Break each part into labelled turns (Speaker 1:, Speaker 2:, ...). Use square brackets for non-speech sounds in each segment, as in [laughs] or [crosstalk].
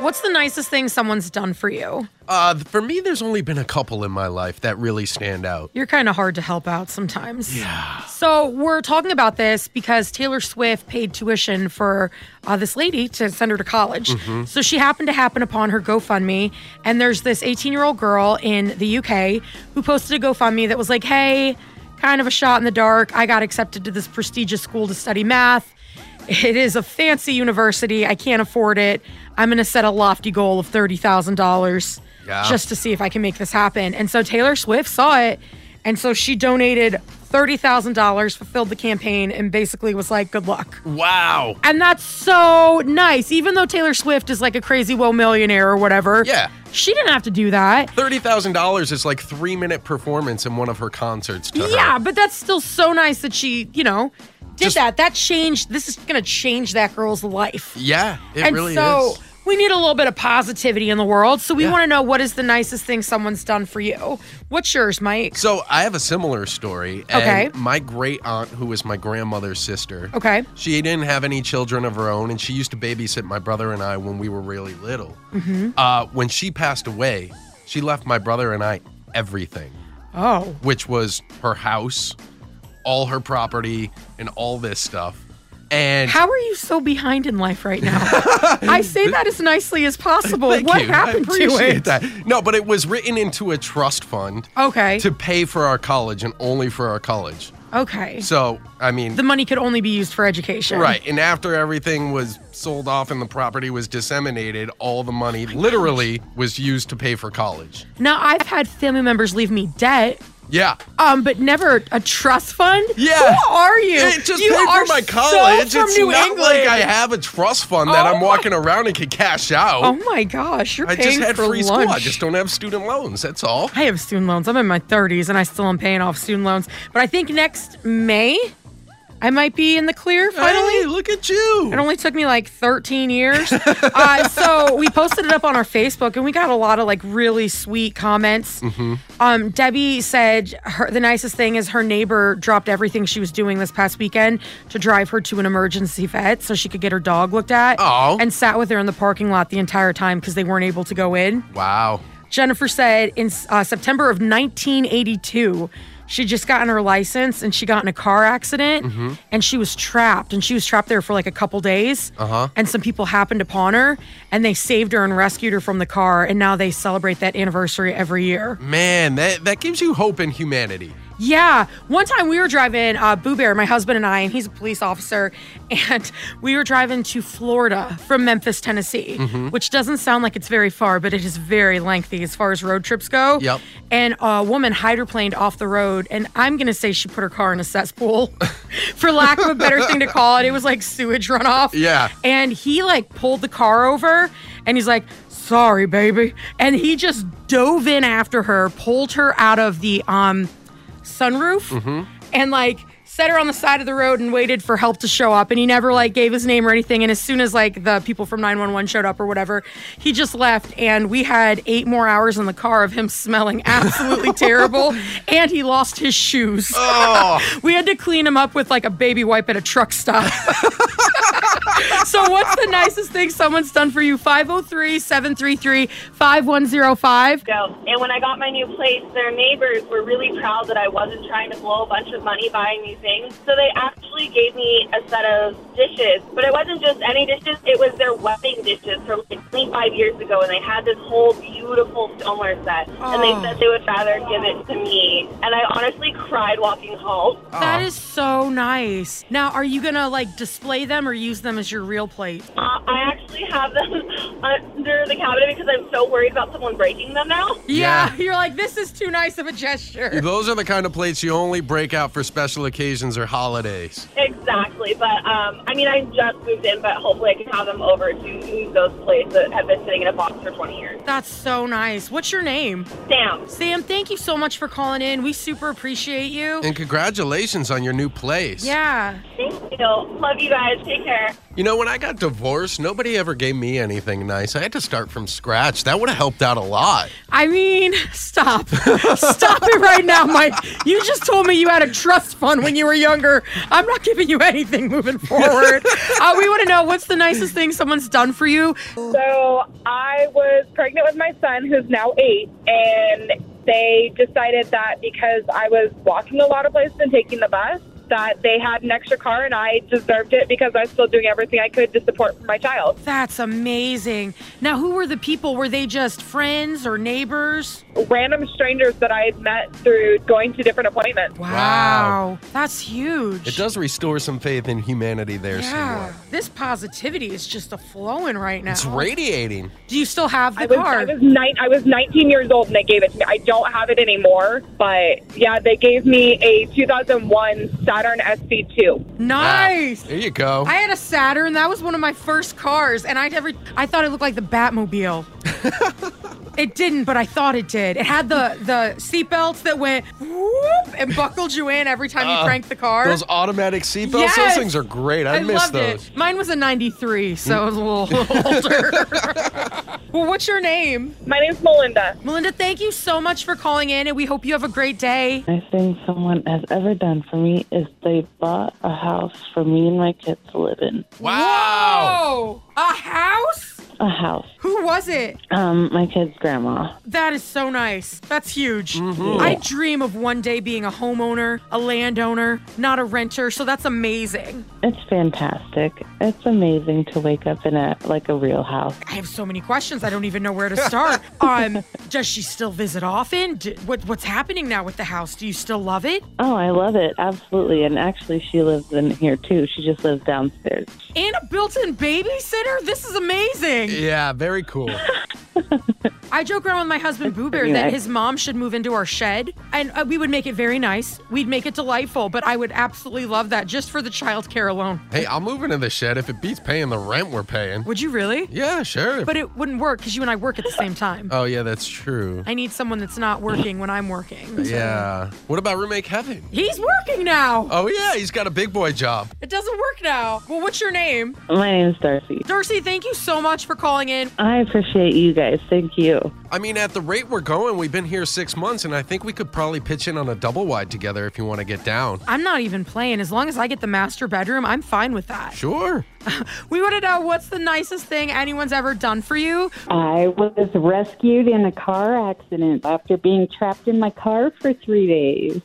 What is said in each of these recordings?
Speaker 1: What's the nicest thing someone's done for you?
Speaker 2: Uh, for me, there's only been a couple in my life that really stand out.
Speaker 1: You're kind of hard to help out sometimes. Yeah. So we're talking about this because Taylor Swift paid tuition for uh, this lady to send her to college. So she happened to happen upon her GoFundMe, and there's this 18 year old girl in the UK who posted a GoFundMe that was like, "Hey, kind of a shot in the dark. I got accepted to this prestigious school to study math. It is a fancy university. I can't afford it. I'm going to set a lofty goal of thirty thousand dollars."
Speaker 2: Yeah.
Speaker 1: Just to see if I can make this happen. And so Taylor Swift saw it. And so she donated $30,000, fulfilled the campaign, and basically was like, good luck.
Speaker 2: Wow.
Speaker 1: And that's so nice. Even though Taylor Swift is like a crazy well millionaire or whatever.
Speaker 2: Yeah.
Speaker 1: She didn't have to do that.
Speaker 2: $30,000 is like three minute performance in one of her concerts to her.
Speaker 1: Yeah, but that's still so nice that she, you know, did
Speaker 2: Just-
Speaker 1: that. That changed. This is going to change that girl's life.
Speaker 2: Yeah, it
Speaker 1: and
Speaker 2: really
Speaker 1: so
Speaker 2: is.
Speaker 1: we need a little bit of positivity in the world. So we
Speaker 2: Yeah.
Speaker 1: want to know what is the nicest thing someone's done for you? What's yours, Mike?
Speaker 2: So I have a similar story.
Speaker 1: Okay.
Speaker 2: And my great aunt, who was my grandmother's sister,
Speaker 1: Okay.
Speaker 2: she didn't have any children of her own, and she used to babysit my brother and I when we were really little.
Speaker 1: Mm-hmm.
Speaker 2: Uh, when she passed away, she left my brother and I everything,
Speaker 1: Oh.
Speaker 2: which was her house, all her property, and all this stuff. And
Speaker 1: How are you so behind in life right
Speaker 2: [laughs]
Speaker 1: now? I say that as nicely as possible.
Speaker 2: Thank
Speaker 1: what
Speaker 2: you.
Speaker 1: happened
Speaker 2: I appreciate
Speaker 1: to it?
Speaker 2: That. No, but it was written into a trust fund
Speaker 1: Okay.
Speaker 2: to pay for our college and only for our college.
Speaker 1: okay.
Speaker 2: So, I mean,
Speaker 1: the money could only be used for education.
Speaker 2: right. And after everything was sold off and the property was disseminated, all the money
Speaker 1: Oh
Speaker 2: literally was used to pay for college.
Speaker 1: Now I've had family members leave me debt.
Speaker 2: Yeah.
Speaker 1: Um, but never a trust fund.
Speaker 2: Yeah.
Speaker 1: Who are you?
Speaker 2: It just
Speaker 1: you
Speaker 2: paid
Speaker 1: are
Speaker 2: for my
Speaker 1: so
Speaker 2: college.
Speaker 1: from
Speaker 2: it's
Speaker 1: New
Speaker 2: not
Speaker 1: England.
Speaker 2: like I have a trust fund that
Speaker 1: Oh
Speaker 2: I'm
Speaker 1: my-
Speaker 2: walking around and can cash out.
Speaker 1: Oh my gosh, you're
Speaker 2: I
Speaker 1: paying
Speaker 2: just had
Speaker 1: for
Speaker 2: free
Speaker 1: lunch.
Speaker 2: school. I just don't have student loans. That's all.
Speaker 1: I have student loans. I'm in my 30s and I still am paying off student loans. But I think next May, I might be in the clear finally.
Speaker 2: Hey, look at you.
Speaker 1: It only took me like 13 years. uh, so we posted it up on our Facebook and we got a lot of like really sweet comments. Um, Debbie said her, the nicest thing is her neighbor dropped everything she was doing this past weekend to drive her to an emergency vet so she could get her dog looked at
Speaker 2: Aw.
Speaker 1: and sat with her in the parking lot the entire time because they weren't able to go in.
Speaker 2: Wow.
Speaker 1: Jennifer said in uh, September of 1982, she just gotten her license and she got in a car accident and she was trapped and she was trapped there for like a couple days. Uh-huh. And some people happened upon her and they saved her and rescued her from the car and now they celebrate that anniversary every year.
Speaker 2: Man, that, that gives you hope in humanity.
Speaker 1: Yeah. One time we were driving, uh, Boo Bear, my husband and I, and he's a police officer, [laughs] and we were driving to Florida from Memphis, Tennessee, which doesn't sound like it's very far, but it is very lengthy as far as road trips go.
Speaker 2: Yep.
Speaker 1: And a woman hydroplaned off the road, and I'm going to say she put her car in a cesspool, [laughs] for lack of a better thing to call it. It was like sewage runoff.
Speaker 2: Yeah.
Speaker 1: And he like pulled the car over and he's like, sorry, baby. And he just dove in after her, pulled her out of the um sunroof and like set her on the side of the road and waited for help to show up and he never like gave his name or anything and as soon as like the people from 911 showed up or whatever he just left and we had eight more hours in the car of him smelling absolutely terrible and he lost his shoes
Speaker 2: Oh,
Speaker 1: we had to clean him up with like a baby wipe at a truck stop [laughs] so what's the nicest thing someone's done for you 503-733-5105
Speaker 3: go. And when I got my new place, their neighbors were really proud that I wasn't trying to blow a bunch of money buying new things. So they actually gave me a set of dishes. But it wasn't just any dishes, it was their wedding dishes from like 25 years ago. And they had this whole beautiful stoneware set. And they
Speaker 1: Oh.
Speaker 3: said they would rather give it to me. And I honestly cried walking home.
Speaker 1: That is so nice. Now, are you gonna like display them or use them as is your real plate?
Speaker 3: Uh, I actually have them [laughs] under the cabinet because I'm so worried about someone breaking them now.
Speaker 1: Yeah.
Speaker 2: Yeah.
Speaker 1: You're like, this is too nice of a gesture.
Speaker 2: [laughs] Those are the kind of plates you only break out for special occasions or holidays.
Speaker 3: Exactly, but um, I mean, I just moved in, but hopefully I can have them over to move those plates that have been sitting in a box for 20 years.
Speaker 1: [laughs] That's so nice. What's your name?
Speaker 3: Sam,
Speaker 1: Sam, thank you so much for calling in. We super appreciate you.
Speaker 2: And congratulations on your new place.
Speaker 1: Yeah.
Speaker 3: thank you. Love you guys. Take care.
Speaker 2: You know, when I got divorced, nobody ever gave me anything nice. I had to start from scratch. That would have helped out a lot.
Speaker 1: I mean, stop. stop it right now, Mike. You just told me you had a trust fund when you were younger. I'm not giving you anything moving forward. uh, we want to know what's the nicest thing someone's done for you?
Speaker 4: So I was pregnant with my son, who's now eight, and they decided that because I was walking a lot of places and taking the bus, that they had an extra car, and I deserved it because I was still doing everything I could to support my child.
Speaker 1: That's amazing. Now, who were the people? Were they just friends or neighbors?
Speaker 4: Random strangers that I had met through going to different appointments.
Speaker 1: Wow.
Speaker 2: Wow.
Speaker 1: That's huge.
Speaker 2: It does restore some faith in humanity there,
Speaker 1: Yeah.
Speaker 2: Seymour.
Speaker 1: This positivity is just a flowing right now.
Speaker 2: It's radiating.
Speaker 1: Do you still have the
Speaker 4: I was,
Speaker 1: car?
Speaker 4: I was nine. I was 19 years old, and they gave it to me. I don't have it anymore, but yeah, they gave me a 2001 Saturn SC2.
Speaker 1: nice.
Speaker 2: Wow. There you go.
Speaker 1: I had a Saturn. That was one of my first cars, and I never. I thought it looked like the
Speaker 2: [laughs]
Speaker 1: Batmobile. it didn't, but I thought it did. It had the the seatbelts that went whoop and buckled you in every time you cranked the car.
Speaker 2: Uh, those automatic seatbelts,
Speaker 1: Yes.
Speaker 2: those things are great. I, miss
Speaker 1: loved
Speaker 2: those.
Speaker 1: it. Mine was a '93, so it was a
Speaker 2: [laughs]
Speaker 1: little older. [laughs] well, what's your name,
Speaker 4: My name's Melinda.
Speaker 1: Melinda? Thank you so much for calling in, and we hope you have a great day.
Speaker 5: Best thing someone has ever done for me is they bought a house for me and my kids to live in.
Speaker 1: Whoa,
Speaker 2: Wow.
Speaker 1: a house?
Speaker 5: A house.
Speaker 1: Who was it?
Speaker 5: Um, my kid's grandma.
Speaker 1: That is so nice. That's huge. I dream of one day being a homeowner, a landowner, not a renter. So that's amazing.
Speaker 5: It's fantastic. It's amazing to wake up in a like a real house.
Speaker 1: I have so many questions. I don't even know where to start. um, does she still visit often? D what, what's happening now with the house? Do you still love it?
Speaker 5: Oh, I love it. Absolutely. And actually she lives in here too. She just lives downstairs.
Speaker 1: And a built-in babysitter? This is amazing.
Speaker 2: Yeah,
Speaker 1: [laughs]
Speaker 2: very cool.
Speaker 1: I joke around with my husband Boo Bear
Speaker 5: pretty
Speaker 1: that
Speaker 5: nice.
Speaker 1: his mom should move into our shed, and uh, we would make it very nice. We'd make it delightful. But I would absolutely love that just for the childcare alone.
Speaker 2: hey, I'll move into the shed if it beats paying the rent we're paying.
Speaker 1: Would you really?
Speaker 2: Yeah, sure.
Speaker 1: But it wouldn't work because you and I work at the same time.
Speaker 2: oh, yeah, that's true.
Speaker 1: I need someone that's not working when I'm working.
Speaker 2: Yeah. What about roommate Kevin?
Speaker 1: He's working now.
Speaker 2: Oh, yeah, he's got a big boy job.
Speaker 1: It doesn't work now. Well, what's your name?
Speaker 5: My name's Darcy.
Speaker 1: Darcy, thank you so much for calling in.
Speaker 5: I appreciate you guys. Thank you.
Speaker 2: I mean, at the rate we're going, we've been here six months, and I think we could probably pitch in on a double wide together if you want to get down.
Speaker 1: I'm not even playing. As long as I get the master bedroom, I'm fine with that.
Speaker 2: Sure.
Speaker 1: We want to know what's the nicest thing anyone's ever done for you?
Speaker 6: I was rescued in a car accident after being trapped in my car for three days.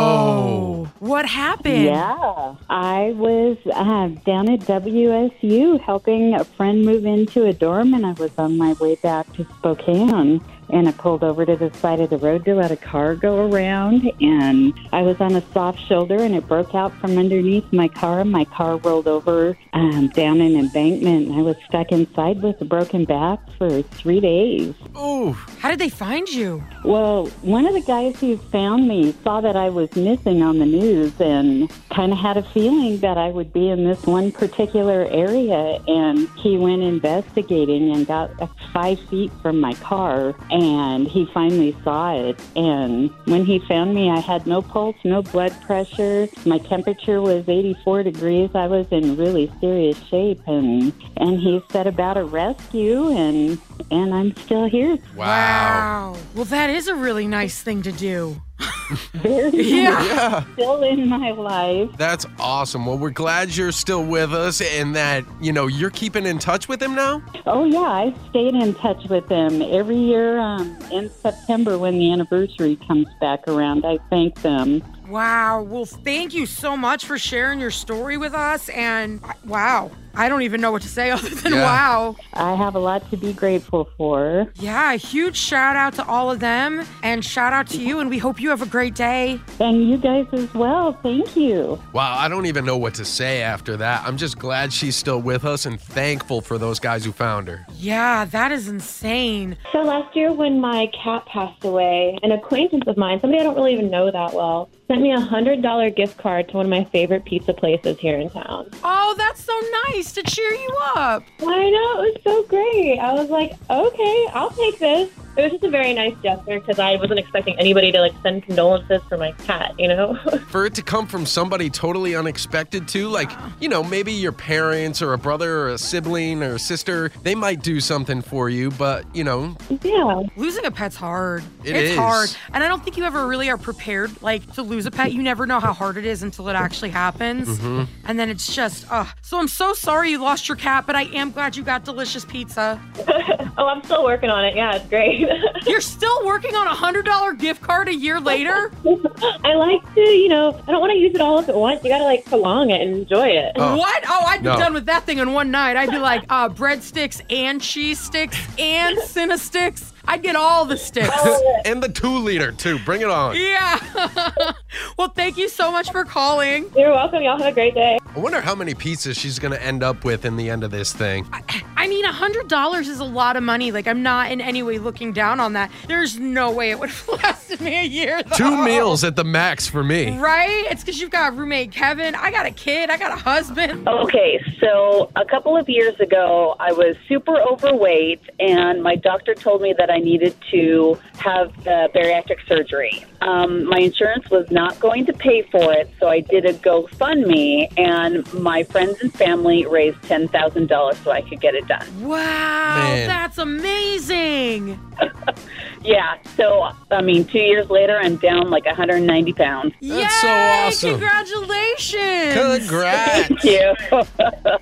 Speaker 2: Whoa.
Speaker 1: What happened?
Speaker 6: Yeah. I was uh, down at WSU helping a friend move into a dorm, and I was on my way back to Spokane. And I pulled over to the side of the road to let a car go around, and I was on a soft shoulder, and it broke out from underneath my car. My car rolled over um, down an embankment, and I was stuck inside with a broken back for three days.
Speaker 2: Ooh.
Speaker 1: How did they find you?
Speaker 6: Well, one of the guys who found me saw that I was missing on the news and kind of had a feeling that I would be in this one particular area. And he went investigating and got uh, five feet from my car. And he finally saw it. And when he found me, I had no pulse, no blood pressure. My temperature was 84 degrees. I was in really serious shape. And, and he set about a rescue. And, and I'm still here.
Speaker 2: Wow.
Speaker 1: Well, that is a really nice thing to do.
Speaker 6: Very
Speaker 1: Yeah.
Speaker 2: Yeah.
Speaker 6: still in my life.
Speaker 2: That's awesome. Well, we're glad you're still with us and that, you know, you're keeping in touch with him now.
Speaker 6: Oh yeah, I stayed in touch with them every year um, in September when the anniversary comes back around. I thank them
Speaker 1: Wow. Well, thank you so much for sharing your story with us. And uh, wow, I don't even know what to say [laughs] other than
Speaker 2: Yeah.
Speaker 1: wow.
Speaker 6: I have a lot to be grateful for.
Speaker 1: Yeah, huge shout out to all of them and shout out to you. And we hope you have a great day.
Speaker 6: And you guys as well. Thank you.
Speaker 2: Wow, I don't even know what to say after that. I'm just glad she's still with us and thankful for those guys who found her.
Speaker 1: Yeah, that is insane.
Speaker 7: So last year, when my cat passed away, an acquaintance of mine, somebody I don't really even know that well, sent me a hundred dollar gift card to one of my favorite pizza places here in town.
Speaker 1: Oh, that's so nice to cheer you up.
Speaker 7: Well, I know it was so great. I was like, okay, I'll take this. It was just a very nice gesture because I wasn't expecting anybody to like send condolences for my cat, you know. [laughs]
Speaker 2: For it to come from somebody totally unexpected, too, like, you know, maybe your parents or a brother or a sibling or a sister, they might do something for you, but, you know,
Speaker 7: yeah.
Speaker 1: Losing a pet's hard.
Speaker 2: It
Speaker 1: it's
Speaker 2: is.
Speaker 1: hard. And I don't think you ever really are prepared like to lose a pet. You never know how hard it is until it actually happens.
Speaker 2: Mm-hmm.
Speaker 1: And then it's just uh so I'm so sorry you lost your cat, but I am glad you got delicious pizza.
Speaker 7: Oh, I'm still working on it. Yeah, it's great. [laughs]
Speaker 1: You're still working on a hundred dollar gift card a year later?
Speaker 7: I like to, you know, I don't want to use it all up at once. You got to like prolong it and enjoy it.
Speaker 2: Oh.
Speaker 1: What? Oh, I'd be
Speaker 2: No.
Speaker 1: done with that thing in one night. I'd be like, uh, breadsticks and cheese sticks and cinna sticks. I'd get all the sticks.
Speaker 2: and the two liter, too. Bring it on.
Speaker 1: Yeah. [laughs] well, thank you so much for calling.
Speaker 7: You're welcome. Y'all have a great day.
Speaker 2: I wonder how many pizzas she's going to end up with in the end of this thing.
Speaker 1: I mean, $100 is a lot of money. Like, I'm not in any way looking down on that. There's no way it would [laughs] have lasted me a year. Though. [laughs]
Speaker 2: Two meals at the max for me.
Speaker 1: Right? It's because you've got roommate Kevin. I got a kid. I got a husband.
Speaker 8: Okay, so a couple of years ago, I was super overweight, and my doctor told me that I needed to have uh, bariatric surgery. Um, my insurance was not going to pay for it, so I did a GoFundMe, and my friends and family raised $10,000 so I could get it done.
Speaker 1: Wow.
Speaker 2: Man.
Speaker 1: That's amazing.
Speaker 8: Yeah, so, I mean, two years later, I'm down like 190 pounds. [laughs]
Speaker 2: That's so
Speaker 1: Yay,
Speaker 2: awesome.
Speaker 1: Congratulations.
Speaker 2: Congrats.
Speaker 8: Thank you.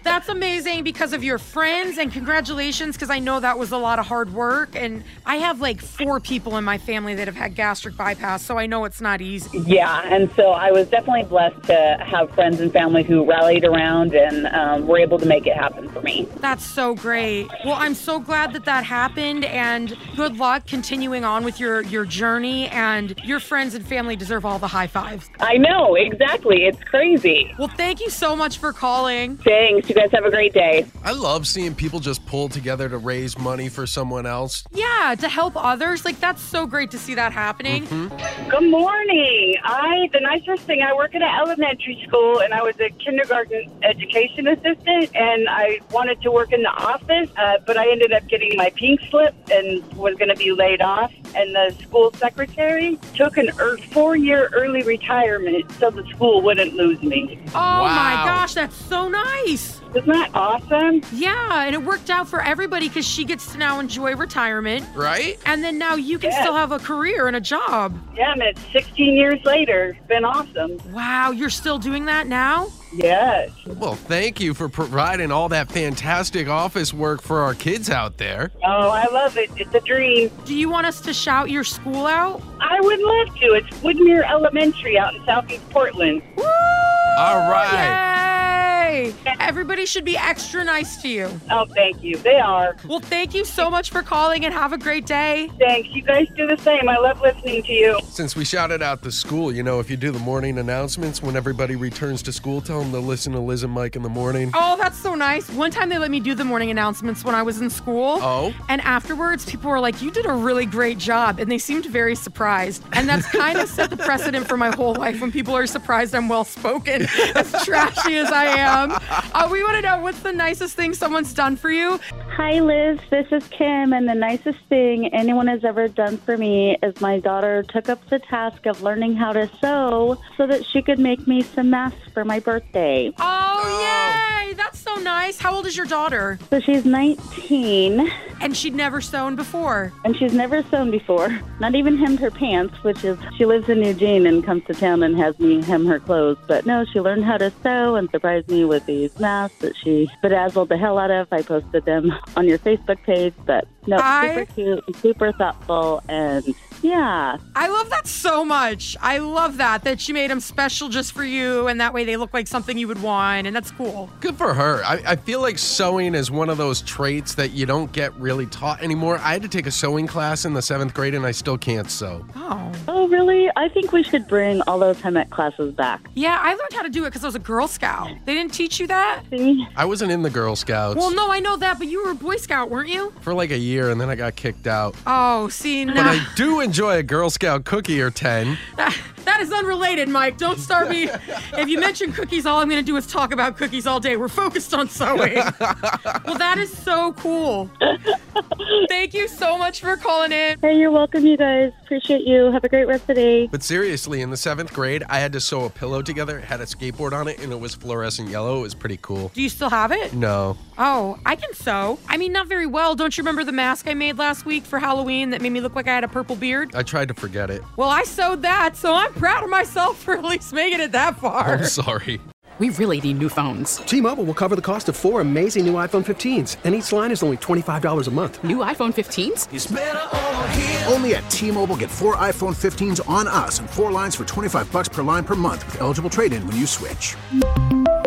Speaker 1: That's amazing because of your friends and congratulations because I know that was a lot of hard work and I have like four people in my family that have had gastric bypass so I know it's not easy.
Speaker 8: Yeah, and so I was definitely blessed to have friends and family who rallied around and um, were able to make it happen for me.
Speaker 1: That's so great. Well, I'm so glad that that happened and good luck continuing on with your your journey and your friends and family deserve all the high fives.
Speaker 8: I know, exactly. It's crazy.
Speaker 1: Well, thank you so much for calling.
Speaker 8: Thanks. You guys have a great day.
Speaker 2: I love seeing people just pull together to raise money for someone else.
Speaker 1: Yeah, to help others. Like that's so great to see that happening.
Speaker 2: Mm-hmm.
Speaker 4: Good morning. I the nicest thing I work at an elementary school and I was a kindergarten education assistant and I wanted to work in the office, uh, but I ended up getting my pink slip and was going to be laid off. And the school secretary took an er- four-year early retirement so the school wouldn't lose me.
Speaker 1: Oh my
Speaker 2: Wow.
Speaker 1: gosh, that's so nice.
Speaker 4: Isn't that awesome?
Speaker 1: Yeah, and it worked out for everybody because she gets to now enjoy retirement.
Speaker 2: Right?
Speaker 1: And then now you can
Speaker 4: Yes.
Speaker 1: still have a career and a job.
Speaker 4: Yeah, and it's 16 years later. It's been awesome.
Speaker 1: Wow, you're still doing that now?
Speaker 4: Yes.
Speaker 2: Well, thank you for providing all that fantastic office work for our kids out there.
Speaker 4: Oh, I love it. It's a dream.
Speaker 1: Do you want us to shout your school out?
Speaker 4: I would love to. It's Woodmere Elementary out in southeast Portland.
Speaker 1: Woo!
Speaker 2: All right.
Speaker 1: Yay! Everybody should be extra nice to you.
Speaker 4: Oh, thank you. They are.
Speaker 1: Well, thank you so much for calling and have a great day.
Speaker 4: Thanks. You guys do the same. I love listening to you.
Speaker 2: Since we shouted out the school, you know, if you do the morning announcements when everybody returns to school, tell them to listen to Liz and Mike in the morning.
Speaker 1: Oh, that's so nice. One time they let me do the morning announcements when I was in school.
Speaker 2: Oh.
Speaker 1: And afterwards, people were like, You did a really great job. And they seemed very surprised. And that's kind of set the precedent for my whole life when people are surprised I'm well spoken, [laughs] as trashy as I am. Uh, we want to know what's the nicest thing someone's done for you?
Speaker 6: Hi, Liz. This is Kim, and the nicest thing anyone has ever done for me is my daughter took up the task of learning how to sew so that she could make me some masks for my birthday.
Speaker 1: Oh, yay. That's so nice. How old is your daughter?
Speaker 6: So she's 19,
Speaker 1: And she'd never sewn before.
Speaker 6: and she's never sewn before, not even hemmed her pants, which is she lives in Eugene and comes to town and has me hem her clothes. But no, she learned how to sew and surprised me with these masks that she bedazzled the hell out of. I posted them on your Facebook page, but no,
Speaker 1: I-
Speaker 6: super cute, and super thoughtful, and Yeah.
Speaker 1: I love that so much. I love that that she made them special just for you, and that way they look like something you would want, and that's cool.
Speaker 2: Oh, Good for her. I, I feel like sewing is one of those traits that you don't get really taught anymore. I had to take a sewing class in the seventh grade and I still can't sew.
Speaker 1: Oh,
Speaker 6: Oh, really? I think we should bring all those Hemet classes back.
Speaker 1: yeah. I learned how to do it because I was a Girl Scout. They didn't teach you that.
Speaker 6: See?
Speaker 2: I wasn't in the Girl Scouts
Speaker 1: Well, no, I know that, but you were a Boy Scout, weren't you?
Speaker 2: for like a year and then I got kicked out.
Speaker 1: Oh, see,
Speaker 2: But I
Speaker 1: now
Speaker 2: do enjoy a Girl Scout cookie or 10.
Speaker 1: [laughs] that, that is unrelated, Mike. Don't start me. if you mention cookies, all I'm going to do is talk about cookies all day. We're focused on
Speaker 2: [laughs]
Speaker 1: sewing. well, that is so cool. Thank you so much for calling in.
Speaker 6: Hey, you're welcome, you guys. Appreciate you. Have a great rest of the day.
Speaker 2: But seriously, in the seventh grade, I had to sew a pillow together. It had a skateboard on it and it was fluorescent yellow. It was pretty cool.
Speaker 1: Do you still have it?
Speaker 2: No.
Speaker 1: Oh, I can sew. I mean, not very well. Don't you remember the mask I made last week for Halloween that made me look like I had a purple beard?
Speaker 2: I tried to forget it.
Speaker 1: Well, I sewed that, so I'm proud of myself for at least making it that far. [laughs]
Speaker 2: I'm sorry.
Speaker 9: We really need new phones.
Speaker 10: T-Mobile will cover the cost of four amazing new iPhone 15s, and each line is only $25 a month.
Speaker 9: New iPhone 15s?
Speaker 11: Only at T-Mobile, get four iPhone 15s on us and four lines for 25 bucks per line per month with eligible trade-in when you switch.